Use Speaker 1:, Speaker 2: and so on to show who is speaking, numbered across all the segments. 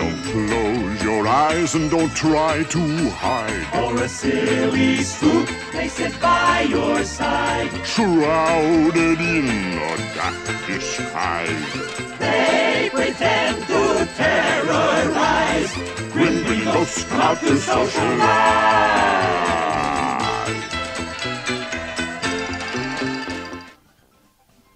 Speaker 1: Close your eyes and don't try to hide.
Speaker 2: Or a silly spook may sit by your side.
Speaker 1: Shrouded in a dark disguise.
Speaker 2: They pretend to terrorize.
Speaker 1: Grim green ghosts come out to socialize.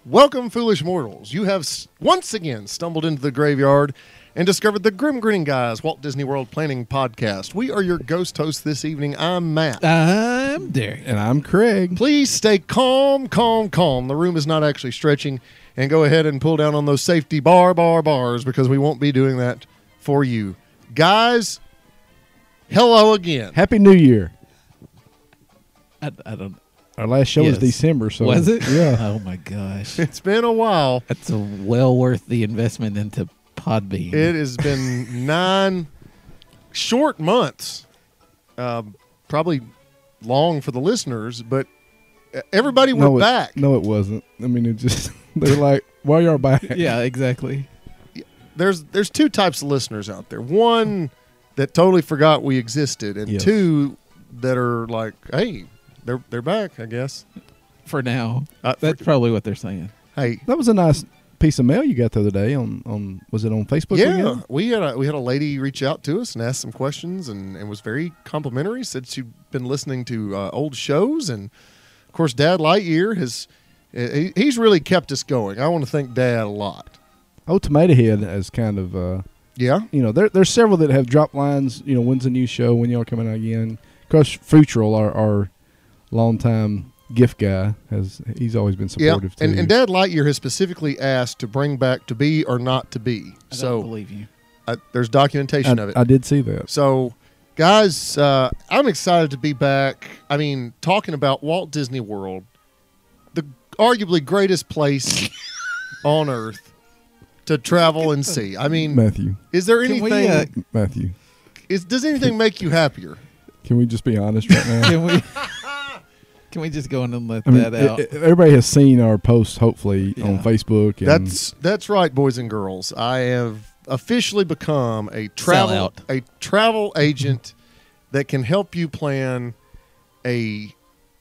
Speaker 3: Welcome, foolish mortals. You have s- once again stumbled into the graveyard and discovered the Grim Grinning Guys Walt Disney World Planning Podcast. We are your ghost hosts this evening. I'm Matt.
Speaker 4: Uh,
Speaker 5: I'm Derek. And I'm Craig.
Speaker 3: Please stay calm, calm, calm. The room is not actually stretching. And go ahead and pull down on those safety bar, bar, bars because we won't be doing that for you. Guys, hello again.
Speaker 5: Happy New Year.
Speaker 4: I, I don't.
Speaker 5: Our last show was December, so
Speaker 4: was it?
Speaker 5: Yeah.
Speaker 4: Oh my gosh,
Speaker 3: It's been a while.
Speaker 4: that's a well worth the investment into Podbean.
Speaker 3: It has been nine short months, um, probably long for the listeners, but everybody we're
Speaker 5: no, it-
Speaker 3: back.
Speaker 5: no, it wasn't. I mean, it just they're like, why y'all back?
Speaker 4: yeah, exactly.
Speaker 3: There's there's two types of listeners out there. One that totally forgot we existed, and
Speaker 5: Yes.
Speaker 3: two that are like, hey, they're they're back, I guess.
Speaker 4: For now,
Speaker 3: Uh, for-
Speaker 4: that's probably what they're saying.
Speaker 3: Hey,
Speaker 5: That was a nice piece of mail you got the other day on on was it on Facebook?
Speaker 3: yeah,
Speaker 5: again?
Speaker 3: we had a we had a lady reach out to us and ask some questions and, and was very complimentary. Said she'd been listening to uh, old shows and of course Dad Lightyear has he, he's really kept us going. I want to thank Dad a lot.
Speaker 5: Oh, Tomato Head has kind of uh,
Speaker 3: Yeah,
Speaker 5: you know there there's several that have dropped lines. You know, when's the new show? When y'all coming out again? Of course, Futural, our our longtime gift guy, has he's always been
Speaker 3: yeah.
Speaker 5: supportive.
Speaker 3: And,
Speaker 5: too.
Speaker 3: and Dad Lightyear has specifically asked to bring back to be or not to be.
Speaker 4: I don't
Speaker 3: so
Speaker 4: believe you.
Speaker 3: uh there's documentation
Speaker 5: I,
Speaker 3: of it.
Speaker 5: I did see that.
Speaker 3: So, guys, uh, I'm excited to be back. I mean, talking about Walt Disney World, the arguably greatest place on earth to travel and see. I mean,
Speaker 5: Matthew,
Speaker 3: is there
Speaker 4: Can
Speaker 3: anything?
Speaker 4: we, uh,
Speaker 5: Matthew,
Speaker 3: is, does anything make you happier?
Speaker 5: can we just be honest right now?
Speaker 4: Can we? Can we just go in and let
Speaker 5: I mean,
Speaker 4: that out?
Speaker 5: e- e- everybody has seen our posts, hopefully, on
Speaker 4: Yeah.
Speaker 5: Facebook. And
Speaker 3: That's that's right, boys and girls. I have officially become a travel
Speaker 4: Sellout.
Speaker 3: a travel agent that can help you plan a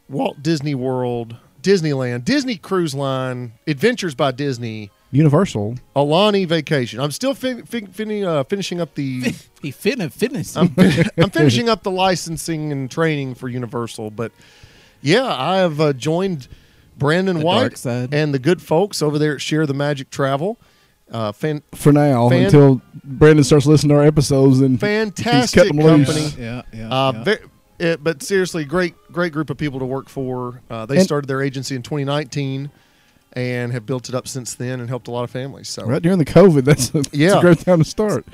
Speaker 3: Walt Disney World, Disneyland, Disney Cruise Line, Adventures by Disney,
Speaker 5: Universal.
Speaker 3: Alani vacation. I'm still fin- fin- fin- uh, finishing up the
Speaker 4: he fin- finished.
Speaker 3: I'm, I'm finishing up the licensing and training for Universal, but yeah, I have uh, joined Brandon
Speaker 4: The
Speaker 3: White
Speaker 4: dark side.
Speaker 3: and the good folks over there at Share the Magic Travel. Uh, fan-
Speaker 5: For now,
Speaker 3: Fan-
Speaker 5: until Brandon starts listening to our episodes, and
Speaker 3: fantastic
Speaker 5: them
Speaker 3: company.
Speaker 5: loose.
Speaker 4: yeah, yeah, yeah,
Speaker 3: Uh,
Speaker 4: yeah.
Speaker 3: ve- it- but seriously, great great group of people to work for. Uh, they
Speaker 5: And-
Speaker 3: started their agency in 2019 and have built it up since then and helped a lot of families. So
Speaker 5: right during the COVID, that's a, that's a
Speaker 3: Yeah.
Speaker 5: great time to start.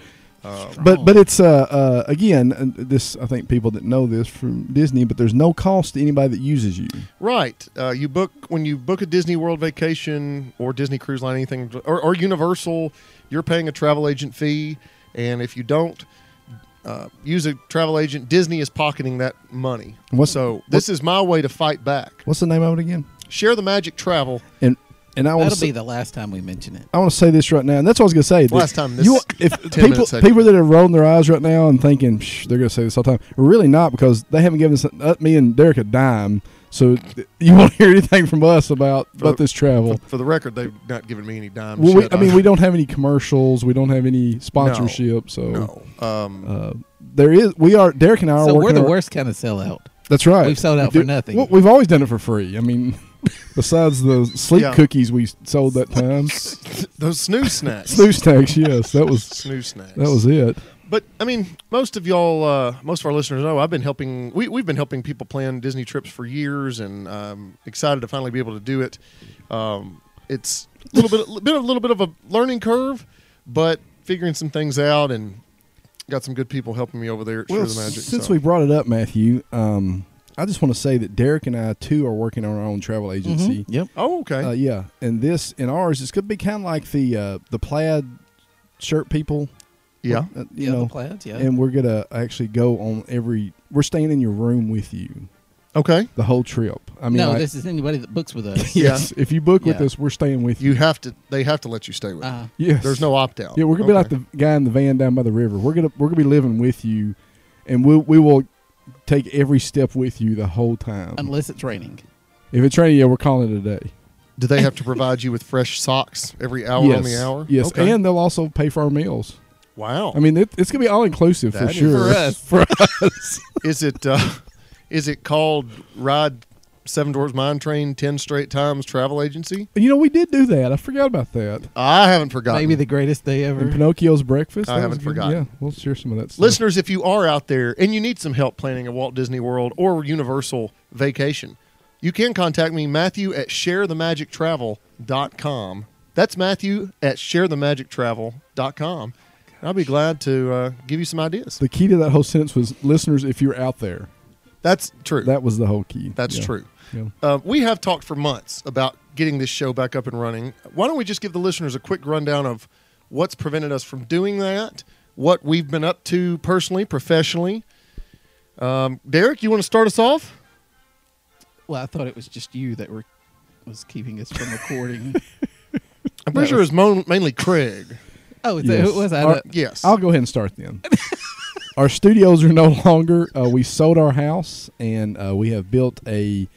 Speaker 5: But but it's uh, uh again uh, this I think people that know this from Disney, but there's no cost to anybody that uses you.
Speaker 3: Right. Uh, you book when you book a Disney World vacation or Disney Cruise Line, anything or, or Universal, you're paying a travel agent fee, and if you don't uh, use a travel agent, Disney is pocketing that money.
Speaker 5: What's-
Speaker 3: so this is my way to fight back.
Speaker 5: What's the name of it again?
Speaker 3: Share the magic travel.
Speaker 5: And and I want
Speaker 4: That'll
Speaker 5: to
Speaker 4: be the last time we mention it.
Speaker 5: I want to say this right now, and that's what I was going to say. that
Speaker 3: Last time this
Speaker 5: you, if
Speaker 3: 10
Speaker 5: people
Speaker 3: minutes ago.
Speaker 5: people that are rolling their eyes right now and thinking Psh, they're going to say this all the time, are really not because they haven't given us, uh, me and Derek a dime. So th- you won't hear anything from us about about this travel.
Speaker 3: For the record, they've not given me any dime.
Speaker 5: Well, we,
Speaker 3: Shut
Speaker 5: I mean,
Speaker 3: up.
Speaker 5: we don't have any commercials. We don't have any sponsorship. So
Speaker 3: No. Um,
Speaker 5: uh, there is. We are Derek and I are
Speaker 4: So we're
Speaker 5: working.
Speaker 4: the
Speaker 5: our-
Speaker 4: worst kind of sellout.
Speaker 5: That's right.
Speaker 4: We've sold out
Speaker 5: We
Speaker 4: for nothing.
Speaker 5: well, we've always done it for free. I mean, besides the sleep
Speaker 3: Yeah.
Speaker 5: cookies we sold that time,
Speaker 3: those snooze snacks.
Speaker 5: snooze tags. Yes, that was
Speaker 3: Snooze snacks.
Speaker 5: that was it.
Speaker 3: But I mean, most of y'all, uh, most of our listeners know I've been helping. We, we've been helping people plan Disney trips for years, and I'm excited to finally be able to do it. Um, it's a little bit, bit, a little bit of a learning curve, but figuring some things out, and got some good people helping me over there at Share the Magic.
Speaker 5: Since
Speaker 3: so.
Speaker 5: we brought it up, Matthew, um, I just want to say that Derek and I too are working on our own travel agency.
Speaker 4: Mm-hmm. Yep.
Speaker 3: oh, okay,
Speaker 5: Uh, yeah, and this in ours is going to be kind of like the uh, the plaid shirt people.
Speaker 3: yeah,
Speaker 5: uh, you
Speaker 4: yeah,
Speaker 5: know,
Speaker 4: the plaids. Yeah.
Speaker 5: and we're gonna actually go on every. We're staying in your room with you.
Speaker 3: Okay.
Speaker 5: the whole trip. I mean,
Speaker 4: no,
Speaker 5: like,
Speaker 4: this is anybody that books with us.
Speaker 5: yes, if you book with
Speaker 4: Yeah.
Speaker 5: us, we're staying with you.
Speaker 3: You have to. They have to let you stay with. them.
Speaker 4: Uh,
Speaker 5: Yes,
Speaker 3: There's no opt out.
Speaker 5: Yeah, we're gonna be like the guy in the van down by the river. We're gonna we're gonna be living with you, and we we will take every step with you the whole time.
Speaker 4: unless it's raining.
Speaker 5: if it's raining, yeah, we're calling it a day.
Speaker 3: Do they have to provide you with fresh socks every hour
Speaker 5: yes.
Speaker 3: on the hour?
Speaker 5: Yes,
Speaker 3: Okay.
Speaker 5: and they'll also pay for our meals.
Speaker 3: wow.
Speaker 5: I mean, it, it's gonna be all inclusive
Speaker 3: That
Speaker 5: for
Speaker 3: is-
Speaker 5: sure.
Speaker 4: For us.
Speaker 5: For- uh,
Speaker 3: is it uh, is it called Ride Seven Doors Mine Train Ten Straight Times Travel Agency?
Speaker 5: you know, we did do that. I forgot about that.
Speaker 3: I haven't forgotten.
Speaker 4: Maybe the greatest day
Speaker 5: Uh, And
Speaker 4: ever.
Speaker 5: Pinocchio's breakfast.
Speaker 3: I
Speaker 5: that
Speaker 3: haven't
Speaker 5: was good.
Speaker 3: forgotten.
Speaker 5: Yeah, we'll share some of that. Stuff.
Speaker 3: Listeners, if you are out there and you need some help planning a Walt Disney World or Universal vacation, you can contact me, Matthew at sharethemagictravel.com. That's Matthew at sharethemagictravel.com. And I'll be glad to uh, give you some ideas.
Speaker 5: The key to that whole sentence was listeners. If you're out there,
Speaker 3: That's true.
Speaker 5: that was the whole key.
Speaker 3: That's
Speaker 5: Yeah.
Speaker 3: true.
Speaker 5: Yeah.
Speaker 3: Uh, we have talked for months about getting this show back up and running. Why don't we just give the listeners a quick rundown of what's prevented us from doing that, what we've been up to personally, professionally? Um, Derek, you want to start us off?
Speaker 4: Well, I thought it was just you that were was keeping us from recording.
Speaker 3: I'm pretty sure it's mo- mainly Craig.
Speaker 4: oh, is that who it
Speaker 5: Yes.
Speaker 4: was? I
Speaker 5: Our-
Speaker 4: don't-
Speaker 3: Yes.
Speaker 5: I'll go ahead and start then. our studios are no longer. Uh, we sold our house and uh, we have built a.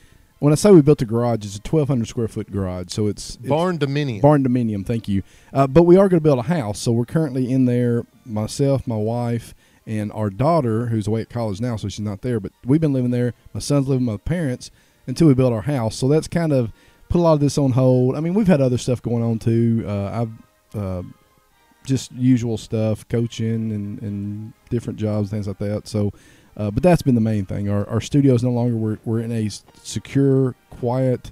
Speaker 5: When I say we built a garage, it's a 1,200 square foot garage. So it's, it's
Speaker 3: Barn Dominion.
Speaker 5: barn dominium. Thank you. Uh, but we are going to build a house, so we're currently in there. Myself, my wife, and our daughter, who's away at college now, so she's not there. But we've been living there. My son's living with my parents until we built our house. So that's kind of put a lot of this on hold. I mean, we've had other stuff going on too. Uh, I've uh, just usual stuff, coaching and, and different jobs, things like that. So, uh, but that's been the main thing. Our, our studio is no longer, we're, we're in a s- secure, quiet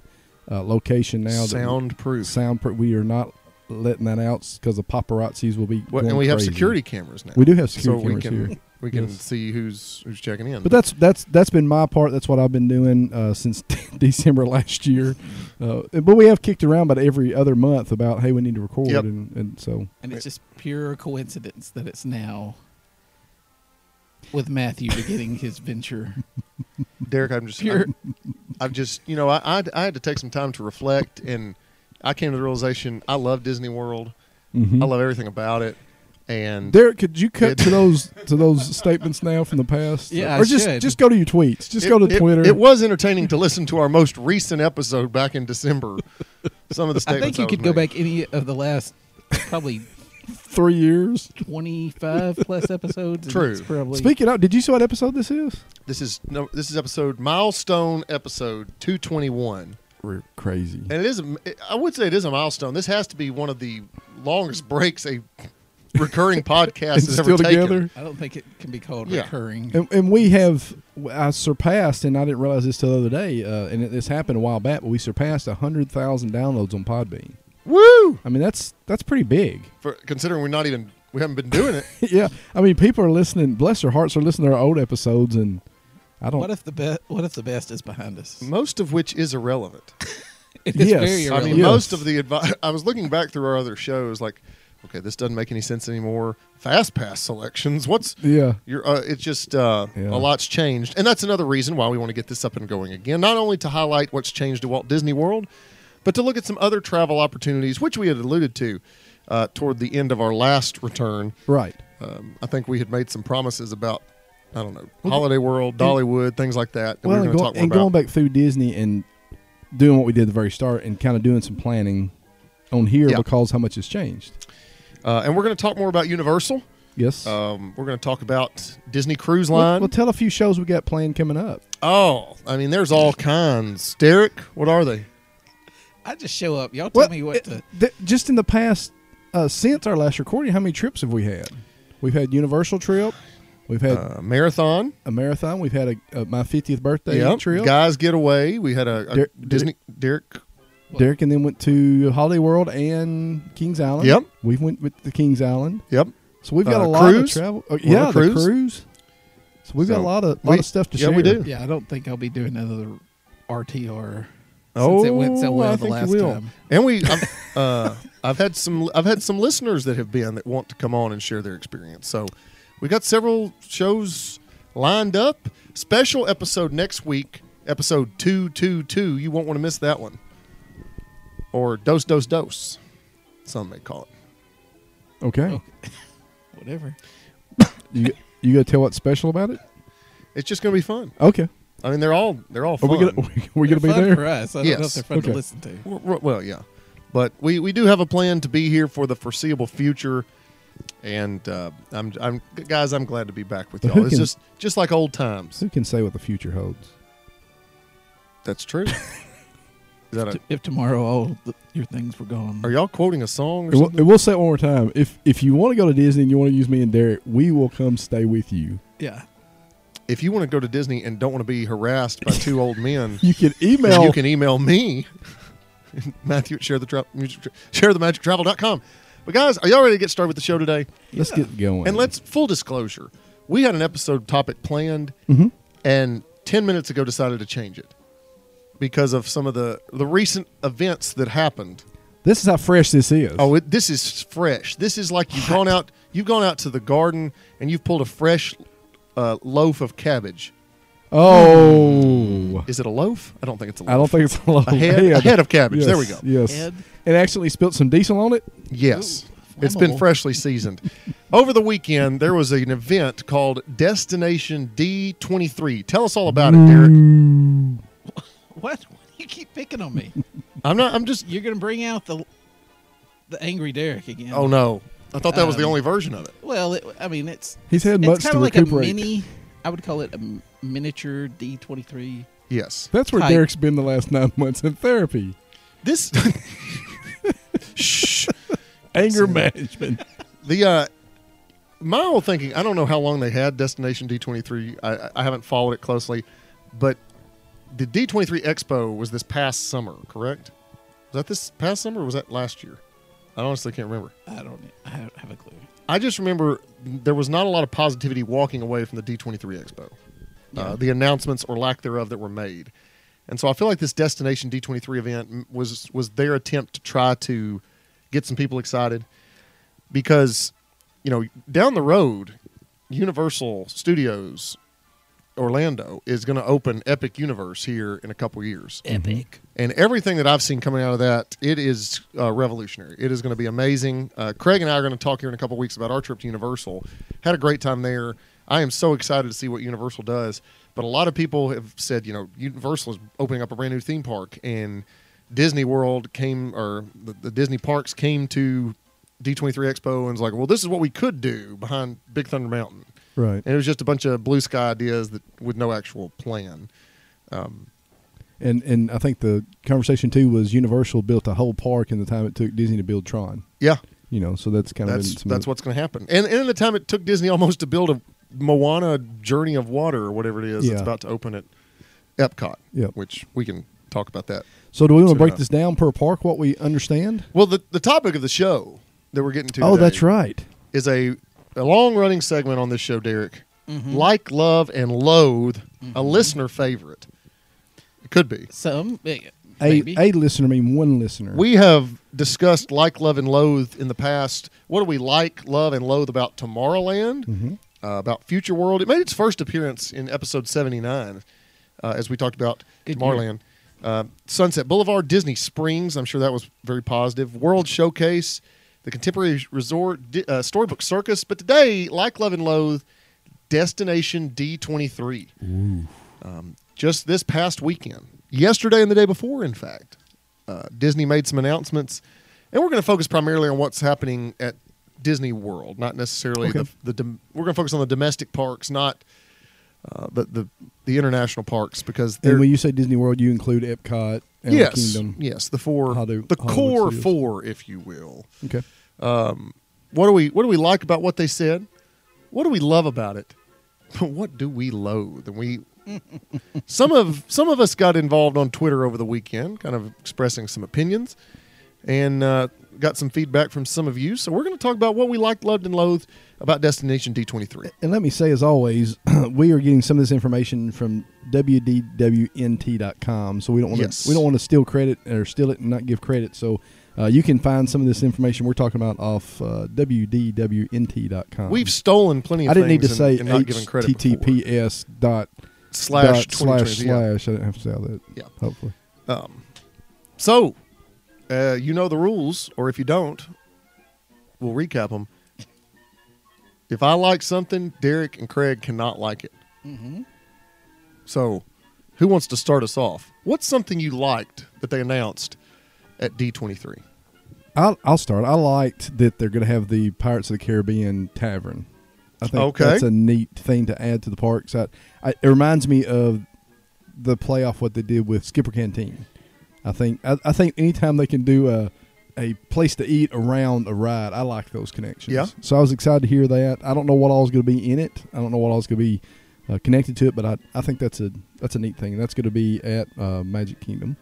Speaker 5: uh, location now. that we-
Speaker 3: Soundproof.
Speaker 5: soundproof. We are not letting that out because the paparazzis will be.
Speaker 3: What,
Speaker 5: going
Speaker 3: and we have
Speaker 5: crazy.
Speaker 3: security cameras now.
Speaker 5: We do have
Speaker 3: so
Speaker 5: security
Speaker 3: we
Speaker 5: cameras
Speaker 3: can
Speaker 5: here.
Speaker 3: we can
Speaker 5: Yes.
Speaker 3: see who's who's checking in.
Speaker 5: But that's that's that's been my part. That's what I've been doing uh, since December last year. Uh, but we have kicked around about every other month about hey we need to record
Speaker 3: Yep.
Speaker 5: and, and so
Speaker 4: and it's just pure coincidence that it's now with Matthew beginning his venture.
Speaker 3: Derek, I'm just
Speaker 4: Pure-
Speaker 3: I'm, I've just you know I, I I had to take some time to reflect, and I came to the realization I love Disney World.
Speaker 5: Mhm.
Speaker 3: I love everything about it, and
Speaker 5: Derek, could you cut
Speaker 3: It-
Speaker 5: to those to those statements now from the past?
Speaker 4: Yeah, I
Speaker 5: or just
Speaker 4: should.
Speaker 5: just go to your tweets. Just
Speaker 3: it-
Speaker 5: go to
Speaker 3: it-
Speaker 5: Twitter.
Speaker 3: It, was entertaining to listen to our most recent episode back in December. Some of the
Speaker 4: I
Speaker 3: statements
Speaker 4: think you
Speaker 3: was
Speaker 4: could go
Speaker 3: making.
Speaker 4: back any of the last probably
Speaker 5: three years.
Speaker 4: 25 plus episodes. and
Speaker 3: True.
Speaker 4: it's Probably
Speaker 5: Speaking of, did you see what episode this is?
Speaker 3: This is no, this is episode milestone episode 221,
Speaker 5: We're crazy.
Speaker 3: and it is a- I would say it is a milestone. This has to be one of the longest breaks a recurring podcast
Speaker 5: And
Speaker 3: has
Speaker 5: still
Speaker 3: ever taken.
Speaker 5: together.
Speaker 4: I don't think it can be called
Speaker 3: Yeah.
Speaker 4: recurring.
Speaker 5: And, and we have, I surpassed, and I didn't realize this till the other day, uh, and it, this happened a while back, but we surpassed 100,000 downloads on Podbean.
Speaker 3: Woo!
Speaker 5: I mean, that's that's pretty big.
Speaker 3: For considering we're not even we haven't been doing it.
Speaker 5: yeah. I mean, people are listening, bless their hearts, are listening to our old episodes, and I don't.
Speaker 4: What if the best? What if the best is behind us?
Speaker 3: most of which is irrelevant.
Speaker 4: It's
Speaker 5: Yes. I
Speaker 4: very
Speaker 3: I mean,
Speaker 4: irrelevant.
Speaker 5: Yes.
Speaker 3: most of the advice. I was looking back through our other shows, like, okay, this doesn't make any sense anymore. Fast pass selections. What's
Speaker 5: yeah.
Speaker 3: your? Uh, it's just uh,
Speaker 5: Yeah.
Speaker 3: a lot's changed, and that's another reason why we want to get this up and going again. Not only to highlight what's changed to Walt Disney World, but to look at some other travel opportunities, which we had alluded to uh, toward the end of our last return.
Speaker 5: Right.
Speaker 3: Um, I think we had made some promises about. I don't know. Holiday World, Dollywood, things like that. that
Speaker 5: Well,
Speaker 3: we were
Speaker 5: and,
Speaker 3: going to
Speaker 5: go-
Speaker 3: talk more
Speaker 5: and
Speaker 3: about.
Speaker 5: going back through Disney and doing what we did at the very start and kind of doing some planning on here
Speaker 3: Yeah.
Speaker 5: because how much has changed.
Speaker 3: Uh, and we're going to talk more about Universal.
Speaker 5: Yes.
Speaker 3: Um, we're going to talk about Disney Cruise
Speaker 5: well,
Speaker 3: Line.
Speaker 5: well, tell a few shows we got planned coming up.
Speaker 3: oh, I mean, there's all kinds. Derek, what are they?
Speaker 4: I just show up. Y'all tell
Speaker 5: Well,
Speaker 4: me what
Speaker 5: it-
Speaker 4: to.
Speaker 5: th- just in the past uh, since our last recording, how many trips have we had? We've had Universal trip, we've had
Speaker 3: Uh, marathon.
Speaker 5: a marathon, we've had a, a my fiftieth birthday
Speaker 3: Yep.
Speaker 5: trip.
Speaker 3: Guys Get Away. We had a, a
Speaker 5: Der-
Speaker 3: Disney. Derek.
Speaker 5: Derek and then went to Holiday World and Kings Island.
Speaker 3: Yep.
Speaker 5: we went with the Kings Island,
Speaker 3: Yep.
Speaker 5: so we've got
Speaker 3: Uh,
Speaker 5: a lot
Speaker 3: cruise?
Speaker 5: of travel. oh,
Speaker 3: on a
Speaker 5: yeah, the
Speaker 3: cruise?
Speaker 5: cruise. So we've got
Speaker 3: So
Speaker 5: a lot of
Speaker 3: we-
Speaker 5: lot of stuff to
Speaker 3: yeah,
Speaker 5: share.
Speaker 3: we do.
Speaker 4: Yeah, I don't think I'll be doing another RTR.
Speaker 3: Oh,
Speaker 4: since it went so well
Speaker 3: I
Speaker 4: the
Speaker 3: think you
Speaker 4: last
Speaker 3: will.
Speaker 4: time.
Speaker 3: And we, I've, uh, I've had some, I've had some listeners that have been that want to come on and share their experience. So, we got several shows lined up. Special episode next week episode 222. You won't want to miss that one. Or Dose, Dose, Dose, some may call it.
Speaker 5: Okay.
Speaker 4: Whatever.
Speaker 5: You you gonna tell what's special about it?
Speaker 3: It's just going to be fun.
Speaker 5: Okay.
Speaker 3: I mean, they're all they're all
Speaker 5: Are
Speaker 3: fun.
Speaker 5: we gonna we
Speaker 4: They're
Speaker 5: gonna be
Speaker 4: fun
Speaker 5: there?
Speaker 4: for us. I don't know
Speaker 3: Yes.
Speaker 4: if they're fun
Speaker 5: Okay.
Speaker 4: to listen to.
Speaker 3: We're- we're- Well, yeah, but we, we do have a plan to be here for the foreseeable future, and uh, I'm I'm guys, I'm glad to be back with
Speaker 5: But
Speaker 3: y'all.
Speaker 5: who
Speaker 3: It's
Speaker 5: can-
Speaker 3: just just like old times.
Speaker 5: Who can say what the future holds?
Speaker 3: That's true. Is that a,
Speaker 4: T- If tomorrow all the, your things were gone,
Speaker 3: are y'all quoting a song
Speaker 5: And
Speaker 3: or
Speaker 5: we'll,
Speaker 3: something?
Speaker 5: and we'll say it one more time. If if you want to go to Disney and you want to use me and Derek, we will come stay with you.
Speaker 4: yeah,
Speaker 3: If you want to go to Disney and don't want to be harassed by two old men,
Speaker 5: You can email.
Speaker 3: then you can email me, Matthew at share the tra- music tra- share the magic travel.com. But guys, are y'all ready to get started with the show today?
Speaker 5: Let's get going.
Speaker 3: And let's full disclosure, we had an episode topic planned,
Speaker 5: Mhm.
Speaker 3: and ten minutes ago decided to change it because of some of the the recent events that happened.
Speaker 5: This is how fresh this is.
Speaker 3: Oh, it, this is fresh. This is like you've gone out you've gone out to the garden and you've pulled a fresh uh, loaf of cabbage.
Speaker 5: oh.
Speaker 3: Is it a loaf? I don't think it's a loaf.
Speaker 5: I don't think it's a lot.
Speaker 3: A head- a head of cabbage. There we go.
Speaker 5: Yes.
Speaker 4: Head.
Speaker 5: And actually spilled some diesel on it.
Speaker 3: Yes.
Speaker 4: Ooh,
Speaker 3: it's been
Speaker 4: flammable.
Speaker 3: freshly seasoned. Over the weekend, there was an event called Destination D23. Tell us all about it, Derek.
Speaker 4: what? Why do you keep picking on me?
Speaker 3: I'm not. I'm just.
Speaker 4: You're gonna bring out the the angry Derek again.
Speaker 3: Oh no! I thought that was the
Speaker 4: Um,
Speaker 3: only version of it.
Speaker 4: Well, it, I mean, it's
Speaker 5: He's had
Speaker 4: it's
Speaker 5: much
Speaker 4: kind
Speaker 5: to
Speaker 4: of like
Speaker 5: recuperate.
Speaker 4: a mini. I would call it a m- miniature D twenty three.
Speaker 3: Yes.
Speaker 5: That's where
Speaker 4: Hi.
Speaker 5: Derek's been the last nine months in therapy.
Speaker 3: This. Shh.
Speaker 5: Anger management.
Speaker 3: The uh, my old thinking. I don't know how long they had Destination D twenty three. I I haven't followed it closely, but the D twenty three Expo was this past summer, correct? Was that this past summer or was that last year? I honestly can't remember.
Speaker 4: I don't. I don't have a clue.
Speaker 3: I just remember there was not a lot of positivity walking away from the D23 Expo, uh, the announcements or lack thereof that were made, and so I feel like this Destination D23 event m- was was their attempt to try to get some people excited, because you know down the road, Universal Studios Orlando is going to open Epic Universe here in a couple years,
Speaker 4: Epic.
Speaker 3: and everything that I've seen coming out of that, it is uh, revolutionary. It is going to be amazing. Uh, Craig and I are going to talk here in a couple weeks about our trip to Universal. Had a great time there. I am so excited to see what Universal does. But a lot of people have said, you know, Universal is opening up a brand new theme park, and Disney World came, or the, the Disney parks came to D23 Expo and was like, well, this is what we could do behind Big Thunder Mountain.
Speaker 5: Right.
Speaker 3: And it was just a bunch of blue sky ideas that with no actual plan.
Speaker 5: And and I think the conversation too was Universal built a whole park in the time it took Disney to build Tron.
Speaker 3: Yeah.
Speaker 5: You know, so that's kind of
Speaker 3: That's
Speaker 5: been some
Speaker 3: that's
Speaker 5: of
Speaker 3: what's going to happen. And and in the time it took Disney almost to build a Moana Journey of Water or whatever it is
Speaker 5: Yeah.
Speaker 3: that's about to open at Epcot.
Speaker 5: Yep.
Speaker 3: Which we can talk about that.
Speaker 5: So do we want
Speaker 3: Sure
Speaker 5: to break
Speaker 3: not.
Speaker 5: this down per park? What we understand?
Speaker 3: Well, the the topic of the show that we're getting to
Speaker 5: Oh,
Speaker 3: today
Speaker 5: that's right.
Speaker 3: is a a long running segment on this show, Derek. Like, love, and loathe, a listener favorite. It could be.
Speaker 4: Some eh,
Speaker 5: A,
Speaker 4: maybe.
Speaker 5: a listener mean one listener.
Speaker 3: We have discussed like, love, and loathe in the past. What do we like, love, and loathe about Tomorrowland? Uh, about Future World? It made its first appearance in episode 79 uh, as we talked about
Speaker 4: Good
Speaker 3: Tomorrowland. Uh, Sunset Boulevard, Disney Springs. I'm sure that was very positive. World Showcase, the Contemporary Resort, Di- uh, Storybook Circus. But today, like, love, and loathe, Destination D23. Um, just this past weekend, yesterday and the day before, in fact, uh, Disney made some announcements, and we're going to focus primarily on what's happening at Disney World, not necessarily
Speaker 5: Okay.
Speaker 3: the, the dom- we're going to focus on the domestic parks, not uh, the, the the international parks because they're
Speaker 5: and when you say Disney World, you include Epcot, Animal
Speaker 3: yes,
Speaker 5: Kingdom.
Speaker 3: yes, the four,
Speaker 5: Hollywood-
Speaker 3: the
Speaker 5: Hollywood
Speaker 3: core
Speaker 5: Studios.
Speaker 3: four, if you will.
Speaker 5: Okay.
Speaker 3: What do we what do we like about what they said? What do we love about it? what do we loathe? And we some of some of us got involved on Twitter over the weekend, kind of expressing some opinions, and uh, got some feedback from some of you. So we're going to talk about what we liked, loved, and loathed about Destination D twenty three.
Speaker 5: And let me say, as always, we are getting some of this information from wdwnt.com, so we don't want to
Speaker 3: Yes.
Speaker 5: we don't want to steal credit or steal it and not give credit. So uh, you can find some of this information we're talking about off uh, wdwnt.com.
Speaker 3: We've stolen plenty. of
Speaker 5: I didn't need to
Speaker 3: things
Speaker 5: say
Speaker 3: and, and not giving credit. before.
Speaker 5: https dot
Speaker 3: slash
Speaker 5: dot slash
Speaker 3: 2020. Yeah.
Speaker 5: slash. I didn't have to say all that.
Speaker 3: Yeah.
Speaker 5: Hopefully.
Speaker 3: Um, so, uh, you know the rules, or if you don't, we'll recap them. If I like something, Derek and Craig cannot like it.
Speaker 4: Mm-hmm.
Speaker 3: So, who wants to start us off? What's something you liked that they announced at D23?
Speaker 5: I'll, I'll start. I liked that they're going to have the Pirates of the Caribbean Tavern. I think
Speaker 3: Okay.
Speaker 5: that's a neat thing to add to the parks. I, I, it reminds me of the playoff what they did with Skipper Canteen. I think I, I think anytime they can do a a place to eat around a ride, I like those connections.
Speaker 3: Yeah.
Speaker 5: So I was excited to hear that. I don't know what all's going to be in it. I don't know what all's going to be uh, connected to it, but I, I think that's a that's a neat thing. And that's going to be at uh, Magic Kingdom,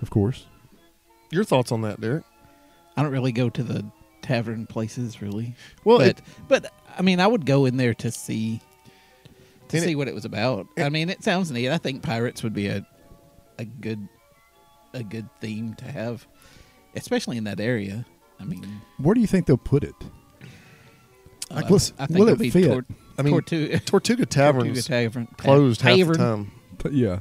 Speaker 5: of course.
Speaker 3: Your thoughts on that, Derek?
Speaker 4: I don't really go to the tavern places really.
Speaker 3: Well,
Speaker 4: but
Speaker 3: it-
Speaker 4: but I mean, I would go in there to see to
Speaker 3: And it-
Speaker 4: see what it was about. I mean, it sounds neat. I think pirates would be a a good a good theme to have, especially in that area. I mean,
Speaker 5: Where do you think they'll put it?
Speaker 4: uh,
Speaker 5: listen,
Speaker 4: I think
Speaker 5: will
Speaker 4: it'll
Speaker 5: it
Speaker 4: be
Speaker 5: fit?
Speaker 4: Tor-
Speaker 3: I mean,
Speaker 4: Tortu-
Speaker 3: Tortuga
Speaker 4: Tortuga
Speaker 3: Tavern's
Speaker 4: Tavern
Speaker 3: closed half the
Speaker 4: Tavern.
Speaker 3: time.
Speaker 5: But yeah.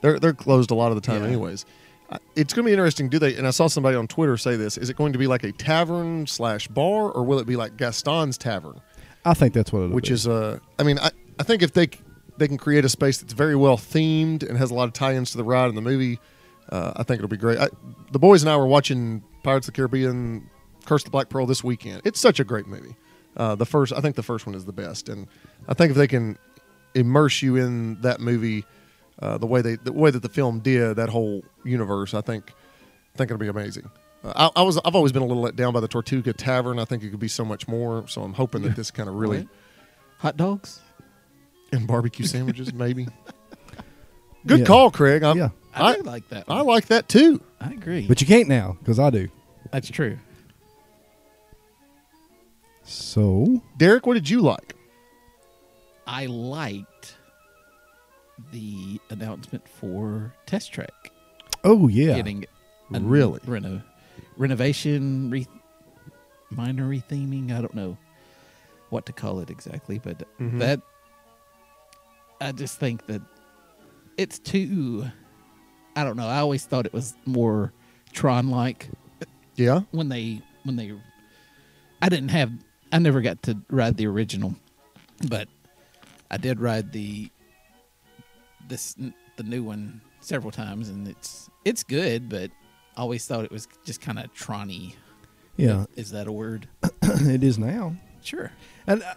Speaker 3: They're they're closed a lot of the time,
Speaker 4: Yeah.
Speaker 3: anyways. Uh, It's going to be interesting. Do they? And I saw somebody on Twitter say this: Is it going to be like a tavern slash bar, or will it be like Gaston's Tavern,
Speaker 5: I think that's what it'll
Speaker 3: which
Speaker 5: be.
Speaker 3: is a? I mean, I I think if they c- they can create a space that's very well themed and has a lot of tie-ins to the ride and the movie, uh, I think it'll be great. I, the boys and I were watching Pirates of the Caribbean: Curse of the Black Pearl this weekend. It's such a great movie. Uh, the first, I think, the first one is the best, and I think if they can immerse you in that movie uh, the way they the way that the film did that whole universe. I think I think it'll be amazing. Uh, I, I was I've always been a little let down by the Tortuga Tavern. I think it could be so much more. So I'm hoping that this kind of really
Speaker 4: Right. hot dogs.
Speaker 3: and barbecue sandwiches maybe. Good
Speaker 5: Yeah.
Speaker 3: call, Craig. i
Speaker 5: Yeah.
Speaker 4: I,
Speaker 3: I,
Speaker 4: do like that.
Speaker 3: I
Speaker 4: one.
Speaker 3: like that too.
Speaker 4: I agree.
Speaker 5: But you can't now because I do.
Speaker 4: That's true.
Speaker 5: So
Speaker 3: Derek, what did you like?
Speaker 4: I liked the announcement for Test Track
Speaker 5: oh yeah,
Speaker 4: getting a
Speaker 3: Really?
Speaker 4: reno- renovation, re- minor retheming. I don't know what to call it exactly, but
Speaker 3: Mhm.
Speaker 4: that I just think that it's too. I don't know. I always thought it was more Tron like
Speaker 3: Yeah.
Speaker 4: when they when they I didn't have I never got to ride the original, but I did ride the this the new one several times and it's it's good, but I always thought it was just kind of tronny.
Speaker 5: yeah,
Speaker 4: Is that a word?
Speaker 5: it is now.
Speaker 4: Sure.
Speaker 5: And uh,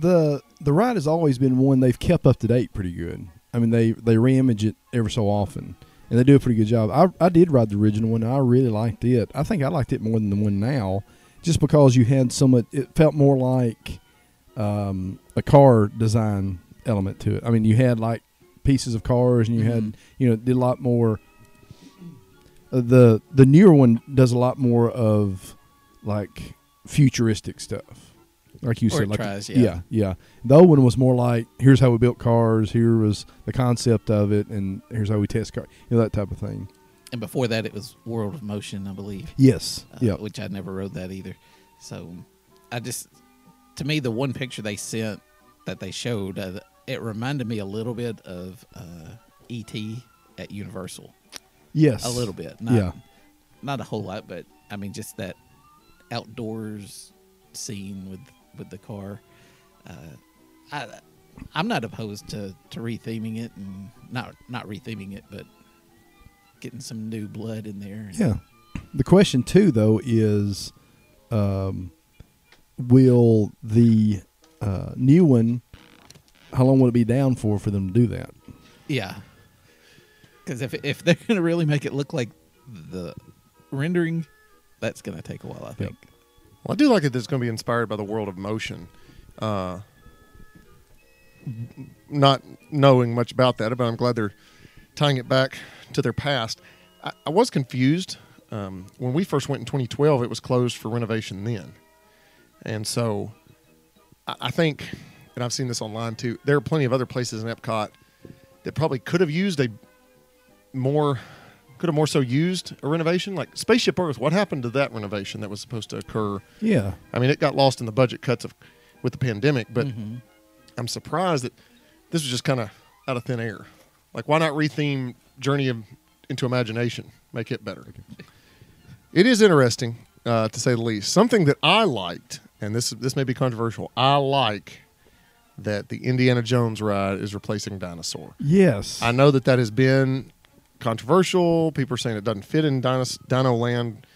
Speaker 5: the the ride has always been one they've kept up to date pretty good. I mean they they reimage it ever so often, and they do a pretty good job. I I did ride the original one. I really liked it. I think I liked it more than the one now, just because you had so much. It felt more like um, a car design element to it. I mean you had like pieces of cars, and you had
Speaker 4: Mhm.
Speaker 5: you know did a lot more. uh, the the newer one does a lot more of like futuristic stuff. Like you
Speaker 4: Or
Speaker 5: said,
Speaker 4: it
Speaker 5: like
Speaker 4: tries, yeah.
Speaker 5: yeah, yeah. The old one was more like, here's how we built cars, here was the concept of it, and here's how we test cars, you know, that type of thing.
Speaker 4: And before that, it was World of Motion, I believe.
Speaker 5: Yes,
Speaker 4: uh,
Speaker 5: yeah,
Speaker 4: which I never rode that either. So I just, to me, the one picture they sent that they showed, uh, it reminded me a little bit of uh, ET at Universal,
Speaker 5: yes,
Speaker 4: a little bit, not,
Speaker 5: Yeah.
Speaker 4: not a whole lot, but I mean just that outdoors scene with with the car. Uh, I, I'm not opposed to to retheming it and not not retheming it, but getting some new blood in there. and-
Speaker 5: Yeah. The question too, though, is, um, will the uh, new one? How long will it be down for for them to do that?
Speaker 4: Yeah. Because if if they're gonna really make it look like the rendering, that's gonna take a while. I think.
Speaker 3: Well, I do like it. That's going to be inspired by the world of motion. Uh, not knowing much about that, but I'm glad they're tying it back to their past. I, I was confused um, when we first went in 2012. It was closed for renovation then, and so I, I think, and I've seen this online too. There are plenty of other places in Epcot that probably could have used a more could have more so used a renovation like spaceship earth what happened to that renovation that was supposed to occur
Speaker 5: Yeah,
Speaker 3: I mean, it got lost in the budget cuts of with the pandemic, but I'm surprised that this was just kind of out of thin air. Like, why not retheme Journey of, into Imagination? Make it better. It is interesting, uh, to say the least. Something that I liked, and this this may be controversial. I like that the Indiana Jones ride is replacing Dinosaur.
Speaker 5: Yes.
Speaker 3: I know that that has been controversial. People are saying it doesn't fit in Dino, Dino Land.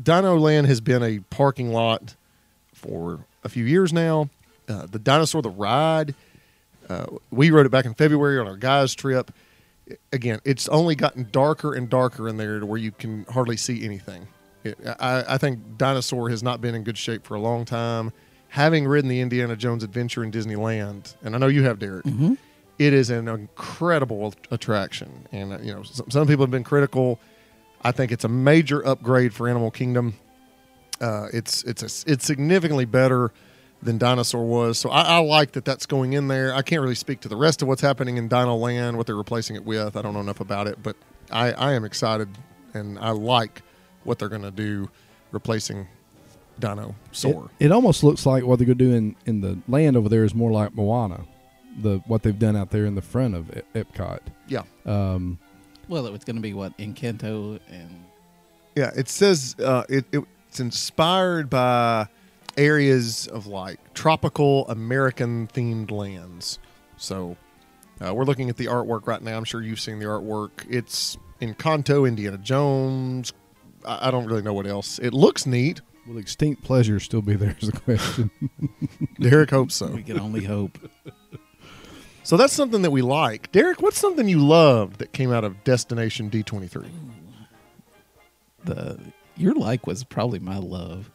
Speaker 3: Dino Land has been a parking lot for a few years now. Uh, the dinosaur, the ride, uh, we rode it back in February on our guys' trip. Again, it's only gotten darker and darker in there to where you can hardly see anything. It, I, I think Dinosaur has not been in good shape for a long time. Having ridden the Indiana Jones Adventure in Disneyland, and I know you have, Derek, it is an incredible attraction. And, uh, you know, some, some people have been critical. I think it's a major upgrade for Animal Kingdom. Uh, it's it's a, it's significantly better than Dinosaur was. So I, I like that that's going in there. I can't really speak to the rest of what's happening in Dino Land, what they're replacing it with. I don't know enough about it, but I, I am excited and I like what they're going to do replacing Dino
Speaker 5: it,
Speaker 3: Soar.
Speaker 5: it almost looks like what they're going to do in, in the land over there is more like Moana, the what they've done out there in the front of E- Epcot.
Speaker 3: yeah.
Speaker 4: Well, it was going to be what Encanto and
Speaker 3: Yeah, it says uh, it, it- it's inspired by areas of like tropical American themed lands. So uh, we're looking at the artwork right now. I'm sure you've seen the artwork. It's Encanto, Indiana Jones. I, I don't really know what else. It looks neat.
Speaker 5: Will extinct pleasure still be there? Is the question.
Speaker 3: Derek hopes so.
Speaker 4: we can only hope.
Speaker 3: So that's something that we like. Derek, what's something you loved that came out of Destination D23?
Speaker 4: the your like was probably my love.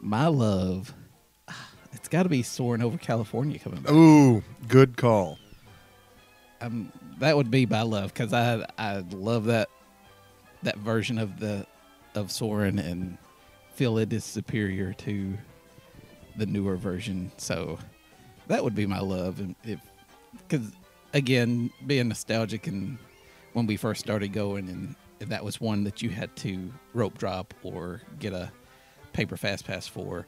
Speaker 4: My love. It's got to be soaring over California coming back.
Speaker 3: Ooh, good call.
Speaker 4: Um, that would be my love because I I love that that version of the of soaring and feel it is superior to the newer version. So that would be my love, and if because again being nostalgic and when we first started going and that was one that you had to rope drop or get a paper fast pass for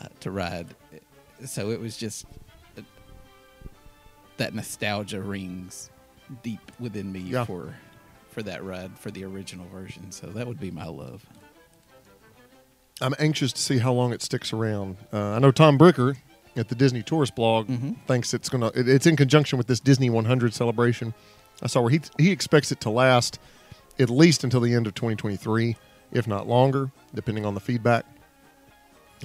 Speaker 4: uh, to ride. So it was just uh, that nostalgia rings deep within me
Speaker 3: Yeah.
Speaker 4: for for that ride for the original version. So that would be my love.
Speaker 3: I'm anxious to see how long it sticks around. Uh, I know Tom Bricker at the Disney Tourist blog thinks it's gonna. It, it's in conjunction with this Disney 100 celebration. I saw where he he expects it to last at least until the end of 2023, if not longer, depending on the feedback.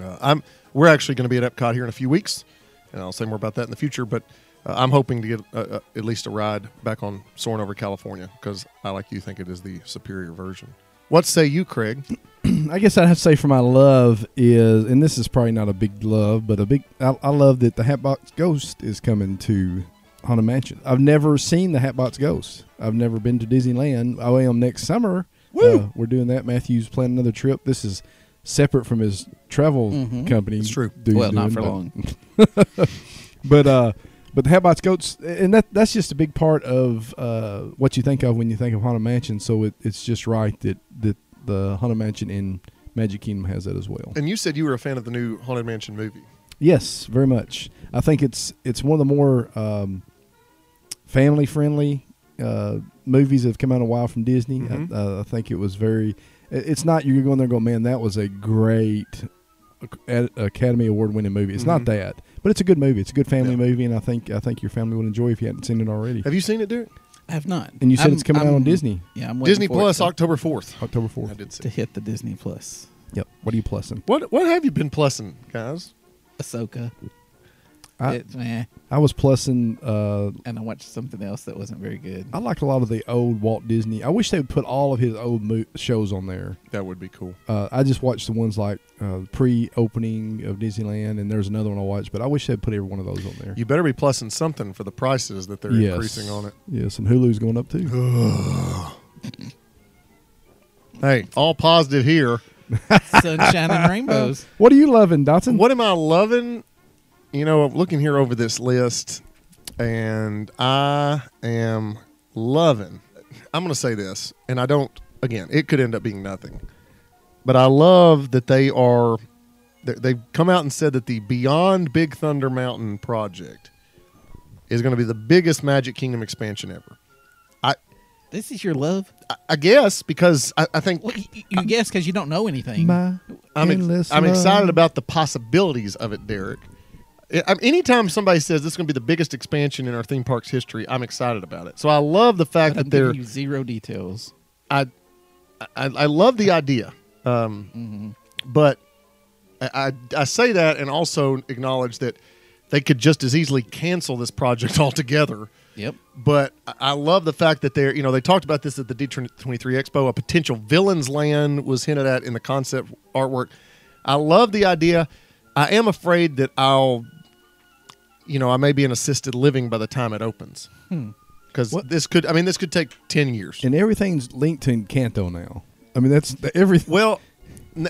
Speaker 3: Uh, I'm we're actually going to be at Epcot here in a few weeks, and I'll say more about that in the future. But uh, I'm hoping to get uh, uh, at least a ride back on soaring over California because I, like you, think it is the superior version. What say you, Craig?
Speaker 5: I guess I'd have to say for my love is, and this is probably not a big love, but a big. I, I love that the Hatbox Ghost is coming to Haunted Mansion. I've never seen the Hatbox Ghost. I've never been to Disneyland. I am next summer.
Speaker 4: Woo!
Speaker 5: Uh, we're doing that. Matthew's planning another trip. This is separate from his travel
Speaker 4: Mhm.
Speaker 5: company.
Speaker 3: It's true.
Speaker 5: that he's
Speaker 4: well, not
Speaker 5: doing,
Speaker 4: for
Speaker 5: but-
Speaker 4: long.
Speaker 5: but uh but the Hatbots goats and that that's just a big part of uh what you think of when you think of haunted mansion so it, it's just right that that the haunted mansion in magic kingdom has that as well
Speaker 3: And you said you were a fan of the new Haunted Mansion movie.
Speaker 5: yes very much i think it's it's one of the more um family friendly uh movies that have come out in a while from disney
Speaker 3: Mhm.
Speaker 5: I, uh, I think it was very it- it's not you're going there and going man that was a great Ac- Academy Award winning movie. It's
Speaker 3: Mhm.
Speaker 5: not that, but it's a good movie. It's a good family
Speaker 3: Yeah.
Speaker 5: movie, and I think I think your family will enjoy if you hadn't seen it already.
Speaker 3: Have you seen it, Derek?
Speaker 4: I have not.
Speaker 5: And you said it's coming out on Disney.
Speaker 4: Yeah, I'm waiting
Speaker 3: Disney
Speaker 4: for it
Speaker 3: Plus,
Speaker 4: to,
Speaker 3: October fourth.
Speaker 5: October
Speaker 3: I
Speaker 5: fourth.
Speaker 3: did
Speaker 4: to
Speaker 3: see.
Speaker 4: hit the Disney Plus.
Speaker 5: Yep. What are you plussing?
Speaker 3: What What have you been plussing, guys?
Speaker 4: Ahsoka.
Speaker 5: I,
Speaker 4: It- meh.
Speaker 5: I was plussing. Uh,
Speaker 4: and I watched something else that wasn't very good.
Speaker 5: I liked a lot of the old Walt Disney. I wish they would put all of his old mo- shows on there.
Speaker 3: That would be cool.
Speaker 5: Uh, I just watched the ones like uh, pre-opening of Disneyland, and there's another one I watched. But I wish they'd put every one of those on there.
Speaker 3: You better be plussing something for the prices that they're increasing on it.
Speaker 5: Yes, and Hulu's going up too.
Speaker 3: Hey, all positive here.
Speaker 4: Sunshine and rainbows.
Speaker 5: what are you loving, Dotson?
Speaker 3: What am I loving? You know, I'm looking here over this list, and I am loving. I'm going to say this, and I don't. Again, it could end up being nothing, but I love that they are. they- They've come out and said that the Beyond Big Thunder Mountain project is going to be the biggest Magic Kingdom expansion ever. I
Speaker 4: This is your love.
Speaker 3: I- I guess because I, I think
Speaker 4: Well, you, you guess because you don't know anything.
Speaker 5: My
Speaker 3: I'm,
Speaker 5: endless
Speaker 3: ex- I'm
Speaker 5: love.
Speaker 3: excited about the possibilities of it, Derek. I- I- anytime somebody says this is going to be the biggest expansion in our theme park's history, I'm excited about it. So I love the fact
Speaker 4: but I'm
Speaker 3: that they're
Speaker 4: giving you zero details.
Speaker 3: I, I, I love the idea, um, but I, I, I say that and also acknowledge that they could just as easily cancel this project altogether.
Speaker 4: Yep.
Speaker 3: But I- I love the fact that they're, you know, they talked about this at the D23 Expo. A potential villain's land was hinted at in the concept artwork. I love the idea. I am afraid that I'll, you know, I may be in assisted living by the time it opens.
Speaker 5: Hmm.
Speaker 3: Because this could, I mean, this could take 10 years.
Speaker 5: and everything's linked to Encanto now. I mean, that's the, everything.
Speaker 3: Well, n-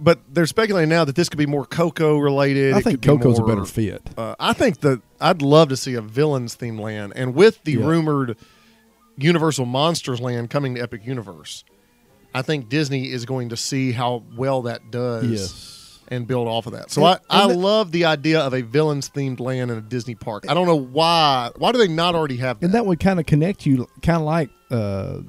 Speaker 3: but they're speculating now that this could be more Coco related.
Speaker 5: I
Speaker 3: It
Speaker 5: think
Speaker 3: could be
Speaker 5: Coco's a
Speaker 3: more-
Speaker 5: better fit.
Speaker 3: Uh, I think that I'd love to see a villains themed land, and with the
Speaker 5: Yeah.
Speaker 3: rumored Universal Monsters land coming to Epic Universe, I think Disney is going to see how well that does.
Speaker 5: Yes.
Speaker 3: And build off of that. So
Speaker 5: And-
Speaker 3: I, I
Speaker 5: and the-
Speaker 3: love the idea of a villains themed land in a Disney park. I don't know why. Why do they not already have that?
Speaker 5: and that would kind of connect you, kind of like uh,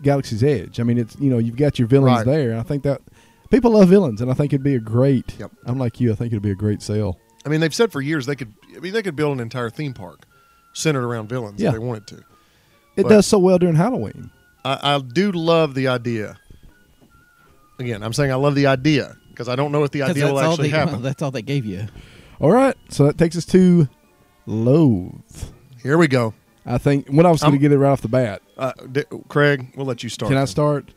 Speaker 5: Galaxy's Edge. I mean, it's you know you've got your villains
Speaker 3: Right.
Speaker 5: there, and I think that people love villains, and I think it'd be a great.
Speaker 3: Yep.
Speaker 5: I'm like you. I think it'd be a great sale.
Speaker 3: I mean, they've said for years they could. I mean, they could build an entire theme park centered around villains
Speaker 5: Yeah.
Speaker 3: if they wanted to.
Speaker 5: It
Speaker 3: But-
Speaker 5: does so well during Halloween.
Speaker 3: I, I do love the idea. Again, I'm saying I love the idea because I don't know if the
Speaker 4: 'Cause
Speaker 3: idea will
Speaker 4: that's all
Speaker 3: actually
Speaker 4: they-
Speaker 3: happen.
Speaker 4: that's all they gave you.
Speaker 5: All right, so that takes us to Loathe.
Speaker 3: Here we go.
Speaker 5: I think when I was going to
Speaker 3: I'm-
Speaker 5: get it right off the bat.
Speaker 3: Uh, D- Craig, we'll let you start.
Speaker 5: Can I start?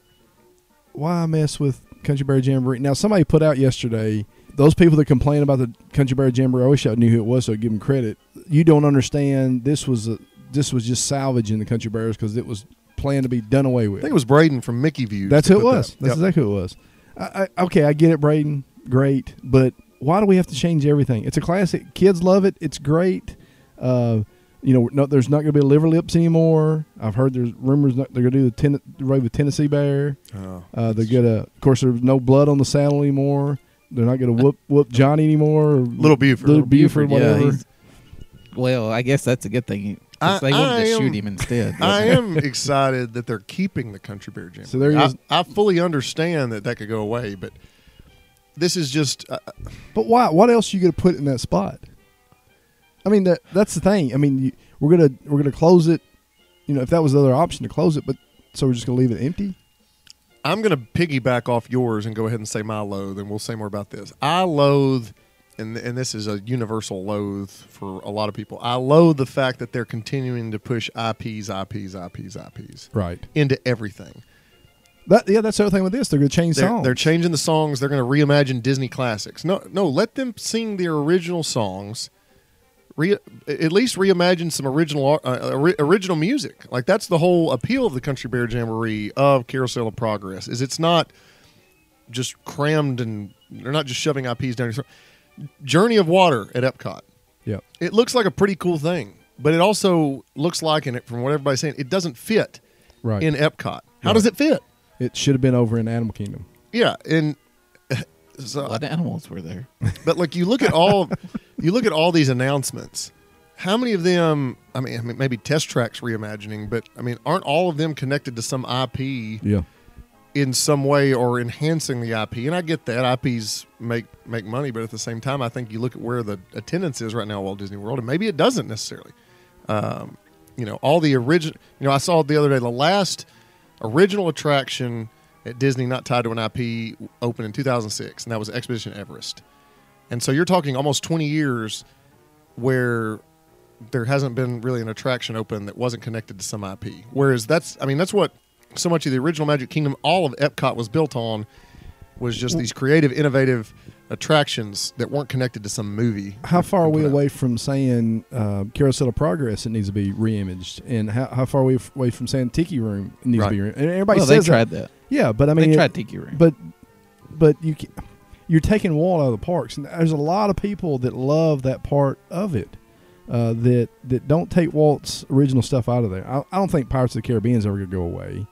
Speaker 5: Why mess with Country Bear Jamboree? Now, somebody put out yesterday, those people that complain about the Country Bear Jamboree, I wish I knew who it was so I'd give them credit. You don't understand. This was a, this was just salvaging the Country Bears because it was planned to be done away
Speaker 3: I
Speaker 5: with.
Speaker 3: think it was Braden from Mickey Views.
Speaker 5: That's
Speaker 3: that
Speaker 5: who it
Speaker 3: put that.
Speaker 5: was. That's
Speaker 3: Yep.
Speaker 5: exactly who it was. I, I, okay, I get it, Braden. Great, but why do we have to change everything? It's a classic. Kids love it. It's great. Uh, you know, no, there's not going to be liver lips anymore. I've heard there's rumors not, they're going to do the, ten, the raid with Tennessee Bear.
Speaker 3: Oh.
Speaker 5: Uh, they're going to, of course, there's no blood on the saddle anymore. They're not going to whoop whoop Johnny anymore. or
Speaker 3: Little Buford.
Speaker 5: Little Buford, whatever.
Speaker 4: he's- well, I guess that's a good thing. 'cause
Speaker 3: I-
Speaker 4: they wanted
Speaker 3: I
Speaker 4: to
Speaker 3: am-
Speaker 4: shoot him instead.
Speaker 3: I am excited that they're keeping the Country Bear Jamboree.
Speaker 5: So there he
Speaker 3: I,
Speaker 5: is.
Speaker 3: I fully understand that that could go away, but this is just. Uh,
Speaker 5: But why? What else are you going to put in that spot? I mean, that that's the thing. I mean, you, we're gonna we're gonna close it. You know, if that was the other option to close it, but so we're just gonna leave it empty.
Speaker 3: I'm going to piggyback off yours and go ahead and say my loathe, and we'll say more about this. I loathe, and and this is a universal loathe for a lot of people. I loathe the fact that they're continuing to push IPs, IPs, IPs, IPs
Speaker 5: Right.
Speaker 3: into everything.
Speaker 5: That yeah, that's the other thing with this. They're gonna change
Speaker 3: They're,
Speaker 5: songs.
Speaker 3: they're changing the songs. They're going to reimagine Disney classics. No, no, let them sing their original songs. Re, at least reimagine some original ar- uh, ori- original music. Like that's the whole appeal of the Country Bear Jamboree of Carousel of Progress. Is it's not just crammed and they're not just shoving IPs down your throat. Journey of Water at Epcot.
Speaker 5: yeah.
Speaker 3: It looks like a pretty cool thing, but it also looks like, and it, from what everybody's saying, it doesn't fit
Speaker 5: Right.
Speaker 3: in Epcot. How does it fit?
Speaker 5: It should have been over in Animal Kingdom.
Speaker 3: Yeah, and so
Speaker 4: a lot of animals were there.
Speaker 3: But like you look at all, you look at all these announcements. How many of them? I mean, I mean, maybe test tracks reimagining, but I mean, aren't all of them connected to some IP
Speaker 5: Yeah.
Speaker 3: in some way or enhancing the IP? And I get that IPs make make money, but at the same time, I think you look at where the attendance is right now at Walt Disney World, and maybe it doesn't necessarily. Um, you know, all the original. You know, I saw the other day the last original attraction at Disney not tied to an IP opened in 2006, and that was Expedition Everest. And so you're talking almost 20 years where there hasn't been really an attraction open that wasn't connected to some IP. Whereas that's, I mean, that's what so much of the original Magic Kingdom, all of Epcot was built on, was just these creative, innovative attractions that weren't connected to some movie.
Speaker 5: How far are we
Speaker 3: Yeah.
Speaker 5: away from saying uh, Carousel of Progress? It needs to be reimaged, and how, how far are we f- away from saying Tiki Room it needs
Speaker 3: Right.
Speaker 5: to be? Re- and everybody
Speaker 4: well, they
Speaker 5: says
Speaker 4: tried that.
Speaker 5: Yeah, but I mean,
Speaker 4: they
Speaker 5: it-
Speaker 4: tried Tiki Room.
Speaker 5: But but you ca- you're taking Walt out of the parks, and there's a lot of people that love that part of it. Uh, that that don't take Walt's original stuff out of there. I, I don't think Pirates of the Caribbean is ever going to go away,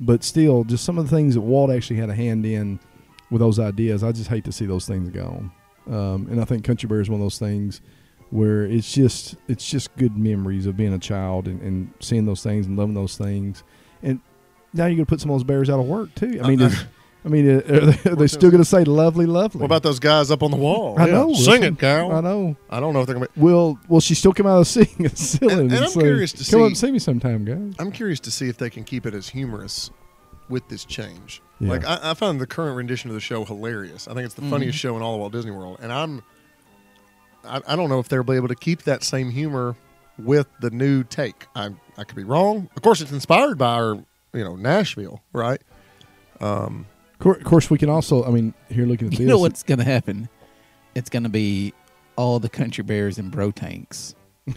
Speaker 5: but still, just some of the things that Walt actually had a hand in with those ideas. I just hate to see those things gone. Um, and I think Country Bear is one of those things where it's just it's just good memories of being a child and, and seeing those things and loving those things. And now you're gonna put some of those bears out of work too. I mean,
Speaker 3: Uh,
Speaker 5: is- I mean, uh, are they, are they still gonna say lovely, lovely?
Speaker 3: What about those guys up on the wall?
Speaker 5: I
Speaker 3: Yeah.
Speaker 5: know.
Speaker 3: Sing
Speaker 5: that's
Speaker 3: it, Carol.
Speaker 5: what- I know.
Speaker 3: I don't know if they're gonna. Be,
Speaker 5: Will Will she still come out of singing and silly?
Speaker 3: And- and I'm
Speaker 5: say,
Speaker 3: curious to
Speaker 5: come up
Speaker 3: see-
Speaker 5: and see me sometime, guys.
Speaker 3: I'm curious to see if they can keep it as humorous with this change.
Speaker 5: Yeah.
Speaker 3: Like I, I found the current rendition of the show hilarious. I think it's the funniest show in all of Walt Disney World, and I'm I, I don't know if they'll be able to keep that same humor with the new take. I I could be wrong. Of course, it's inspired by our you know Nashville, right?
Speaker 5: Of cour- of course, we can also. I mean, here looking at
Speaker 4: You
Speaker 5: this,
Speaker 4: know what's going to happen? It's going to be all the country bears and bro tanks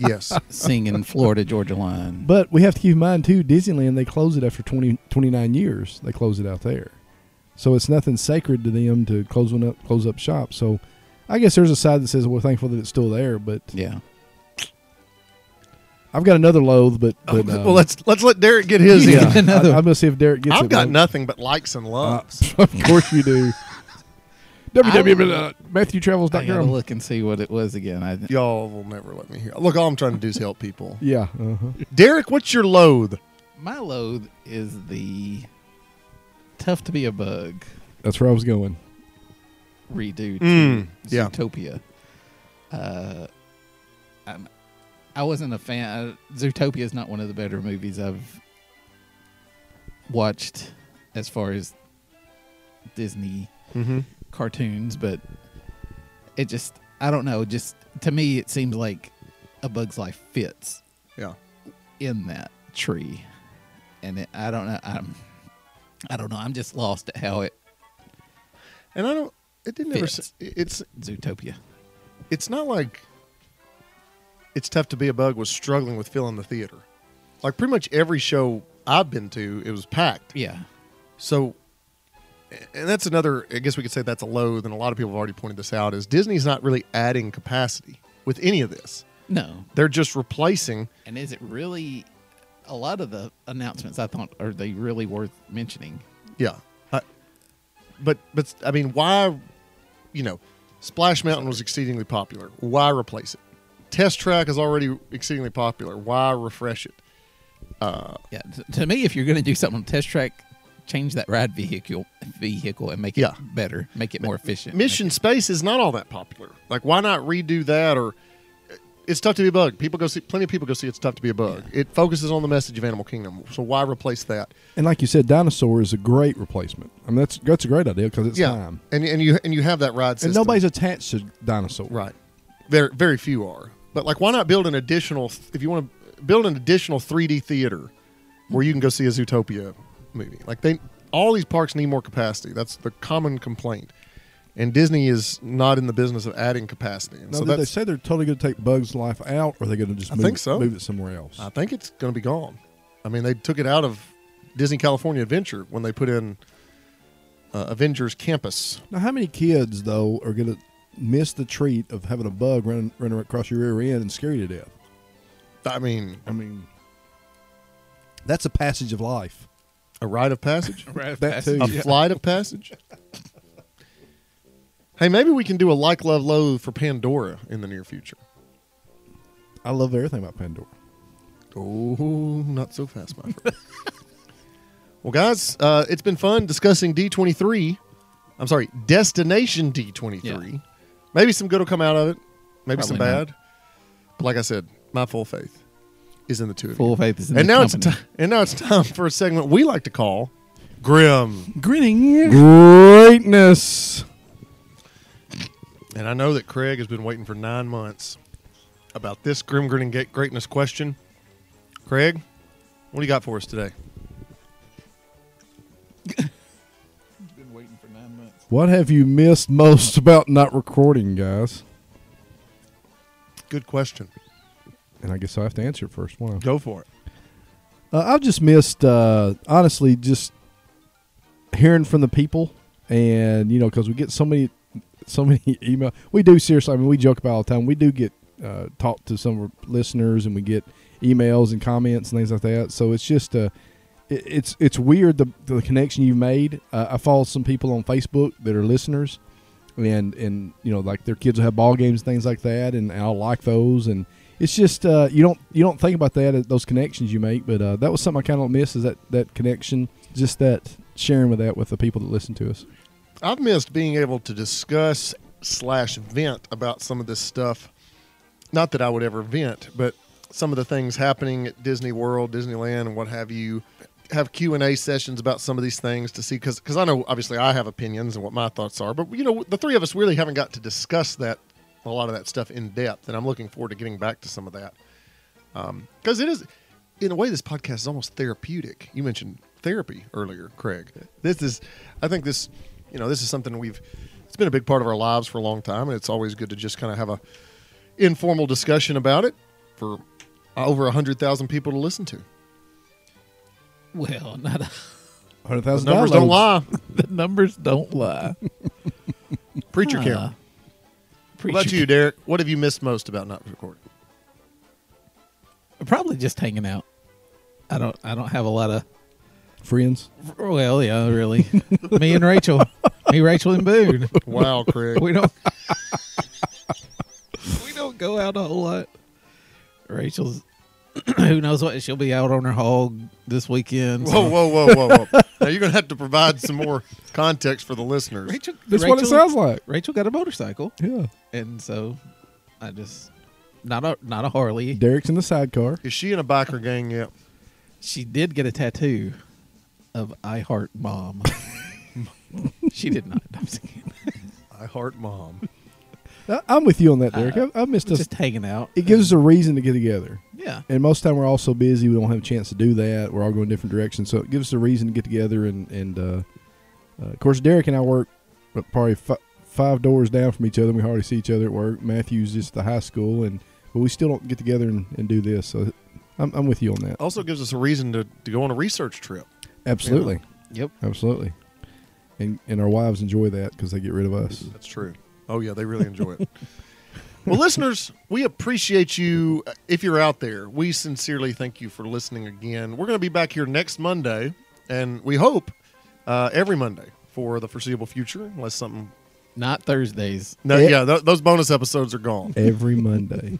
Speaker 3: Yes,
Speaker 4: singing Florida Georgia Line.
Speaker 5: But we have to keep in mind too, Disneyland they close it after 20, 29 years. They close it out there, so it's nothing sacred to them to close one up, close up shop. So, I guess there's a side that says we're thankful that it's still there. But
Speaker 4: yeah.
Speaker 5: I've got another loathe, but, but um,
Speaker 3: Oh, well let's let's let Derek get his
Speaker 4: You
Speaker 3: in.
Speaker 4: got another-
Speaker 5: I, am gonna see if Derek gets.
Speaker 3: I've
Speaker 5: it,
Speaker 3: got
Speaker 5: though.
Speaker 3: nothing but likes and
Speaker 5: Uh,
Speaker 3: loves.
Speaker 5: of course you do.
Speaker 4: I gotta
Speaker 5: www.matthewtravels.com.
Speaker 4: look and see what it was again. I,
Speaker 3: Y'all will never let me hear. Look, all I'm trying to do is help people.
Speaker 5: Yeah. Uh-huh.
Speaker 3: Derek, what's your loathe?
Speaker 4: my loathe is the tough to be a bug
Speaker 5: That's where I was going.
Speaker 4: redo to
Speaker 3: Mm, yeah.
Speaker 4: Zootopia. Uh, I'm, I wasn't a fan. Uh, Zootopia is not one of the better movies I've watched as far as Disney
Speaker 3: Mm-hmm.
Speaker 4: cartoons, but it just I don't know. Just to me, it seems like a Bug's Life fits
Speaker 3: Yeah.
Speaker 4: in that tree, and it, I don't know. I'm I don't know. I'm just lost at how it
Speaker 3: And I don't. It didn't ever.
Speaker 4: Fits.
Speaker 3: s- It's
Speaker 4: Zootopia.
Speaker 3: it's not like. It's tough to be a bug was struggling with filling the theater, like pretty much every show I've been to, it was packed.
Speaker 4: Yeah,
Speaker 3: So, and that's another. I guess we could say that's a loathe, and a lot of people have already pointed this out. Is Disney's not really adding capacity with any of this?
Speaker 4: no.
Speaker 3: They're just replacing.
Speaker 4: And is it really a lot of the announcements? I thought are they really worth mentioning?
Speaker 3: Yeah. I, but but I mean, why? You know, Splash Mountain was exceedingly popular. Why replace it? Test Track is already exceedingly popular. Why refresh it?
Speaker 4: Yeah, t- to me, if you're going to do something on test track, change that ride vehicle vehicle and make it
Speaker 3: Yeah.
Speaker 4: better, make it more efficient. make
Speaker 3: Mission Space is not all that popular. Like, why not redo that? Or it's tough to be a bug. People go see plenty of people go see it's tough to be a bug. It focuses on the message of Animal Kingdom. So why replace that?
Speaker 5: And like you said, dinosaur is a great replacement. I mean, that's that's a great idea because it's
Speaker 3: yeah,
Speaker 5: time.
Speaker 3: and and you and you have that ride system.
Speaker 5: And nobody's attached to dinosaur.
Speaker 3: Right. Very very few are. But like, why not build an additional? If you want to build an additional 3D theater where you can go see a Zootopia movie, like they all these parks need more capacity. That's the common complaint, and Disney is not in the business of adding capacity. And
Speaker 5: Now,
Speaker 3: so
Speaker 5: did they
Speaker 3: that's
Speaker 5: say they're totally going to take Bug's life out, or are they going to just
Speaker 3: I
Speaker 5: move,
Speaker 3: think
Speaker 5: it-
Speaker 3: so.
Speaker 5: move it somewhere else?
Speaker 3: I think it's going to be gone. I mean, they took it out of Disney California Adventure when they put in uh, Avengers Campus.
Speaker 5: now, how many kids though are going to miss the treat of having a bug run run across your rear end and scare you to death?
Speaker 3: I mean,
Speaker 5: I mean, that's a passage of life.
Speaker 3: a rite of passage.
Speaker 4: Right,
Speaker 5: That too.
Speaker 3: a flight of passage. hey, maybe we can do a like, love, loathe for Pandora in the near future.
Speaker 5: I love everything about Pandora.
Speaker 3: Oh, not so fast, my friend. well, guys, uh, it's been fun discussing D23. I'm sorry, Destination D23.
Speaker 4: Yeah.
Speaker 3: Maybe some good will come out of it, maybe some
Speaker 4: Probably not.
Speaker 3: bad. But like I said, my full faith is in the two of
Speaker 4: Full
Speaker 3: you.
Speaker 4: faith is in
Speaker 3: And
Speaker 4: the
Speaker 3: now it's
Speaker 4: company.
Speaker 3: time. And now it's time for a segment we like to call Grim
Speaker 4: grinning.
Speaker 5: Greatness.
Speaker 3: And I know that Craig has been waiting for nine months about this grim grinning Ga- greatness question. Craig, what do you got for us today?
Speaker 4: Been waiting for nine months.
Speaker 5: What have you missed most about not recording, guys?
Speaker 3: Good question.
Speaker 5: And I guess I have to answer it first. Why?
Speaker 3: Go for it.
Speaker 5: Uh, I've just missed, uh, honestly, just hearing from the people, and you know, because we get so many, so many email. We do seriously. I mean, we joke about it all the time. We do get uh, talked to some of our listeners, and we get emails and comments and things like that. So it's just, uh, it, it's it's weird the the connection you've made. Uh, I follow some people on Facebook that are listeners, and and you know like their kids will have ball games and things like that, and, and I like those. And it's just uh, you don't you don't think about that uh, those connections you make, but uh, that was something I kind of miss is that that connection, just that sharing with that with the people that listen to us.
Speaker 3: I've missed being able to discuss slash vent about some of this stuff. Not that I would ever vent, but some of the things happening at Disney World, Disneyland, and what have you. Have Q and A sessions about some of these things to see because I know obviously I have opinions and what my thoughts are, but you know the three of us really haven't got to discuss that a lot of that stuff in depth, and I'm looking forward to getting back to some of that because it is in a way this podcast is almost therapeutic you mentioned therapy earlier craig this is i think this you know this is something we've it's been a big part of our lives for a long time and it's always good to just kind of have a informal discussion about it for over 100000 people to listen to
Speaker 4: Well, not
Speaker 5: Hundred
Speaker 3: the
Speaker 5: thousand
Speaker 3: numbers don't lie
Speaker 4: the numbers don't lie.
Speaker 3: preacher
Speaker 4: Uh,
Speaker 3: count what about
Speaker 4: Preacher
Speaker 3: you derek what have you missed most about not recording
Speaker 4: Cam- Probably just hanging out. I don't. I don't have a lot of.
Speaker 5: friends.
Speaker 4: Well, yeah, really. me and Rachel. Me, Rachel, and Boone.
Speaker 3: wow craig
Speaker 4: We don't. we don't go out a whole lot. Rachel's. who knows what she'll be out on her hog this weekend. so-
Speaker 3: whoa whoa whoa whoa whoa now you're gonna have to provide some more context for the listeners
Speaker 4: Rachel.
Speaker 5: That's
Speaker 4: Rachel,
Speaker 5: what it sounds like.
Speaker 4: Rachel got a motorcycle,
Speaker 5: Yeah,
Speaker 4: and so I just not a not a Harley.
Speaker 5: Derek's in the sidecar.
Speaker 3: is she in a biker gang yet
Speaker 4: She did get a tattoo of I heart mom. she did not. I'm just kidding.
Speaker 3: i heart mom
Speaker 5: I- I'm with you on that,
Speaker 3: Uh,
Speaker 5: Derek. I, I missed us.
Speaker 4: Just hanging out.
Speaker 5: It gives us a reason to get together.
Speaker 4: Yeah.
Speaker 5: And most of the time we're all so busy we don't have a chance to do that. We're all going different directions, so it gives us a reason to get together. And and uh, uh, of course, Derek and I work uh, probably fi- five doors down from each other. and We hardly see each other at work. Matthew's just at the high school, and but we still don't get together and, and do this. So I'm, I'm with you on that.
Speaker 3: also gives us a reason to, to go on a research trip.
Speaker 5: absolutely,
Speaker 4: Yep.
Speaker 5: absolutely. And and our wives enjoy that because they get rid of us.
Speaker 3: That's true. Oh, yeah, they really enjoy it. well, listeners, we appreciate you. uh, If you're out there, we sincerely thank you for listening again. We're going to be back here next Monday, and we hope uh, every Monday for the foreseeable future, unless something.
Speaker 4: Not Thursdays.
Speaker 3: No,
Speaker 5: Yeah.
Speaker 3: yeah, th- those bonus episodes are gone.
Speaker 5: Every Monday.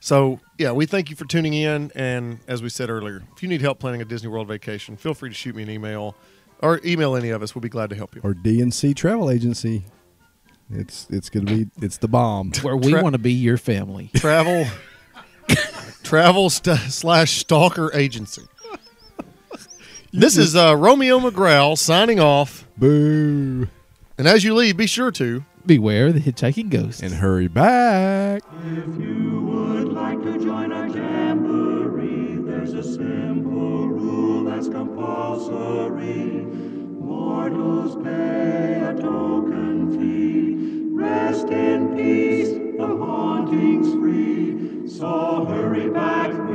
Speaker 3: So, yeah, we thank you for tuning in. And as we said earlier, if you need help planning a Disney World vacation, feel free to shoot me an email or email any of us. We'll be glad to help you.
Speaker 5: or DNC Travel Agency. It's it's gonna be it's the bomb.
Speaker 4: Where we
Speaker 3: Tra-
Speaker 4: want to be your family.
Speaker 3: travel travel st- slash stalker agency this is uh, romeo mcgrowl signing off
Speaker 5: Boo!
Speaker 3: and as you leave be sure to
Speaker 4: Beware the hitchhiking ghost.
Speaker 5: And hurry back.
Speaker 2: If you would like to join our jamboree, there's a simple rule that's compulsory. Mortals pay a token fee. Rest in peace, the haunting's free. So hurry back,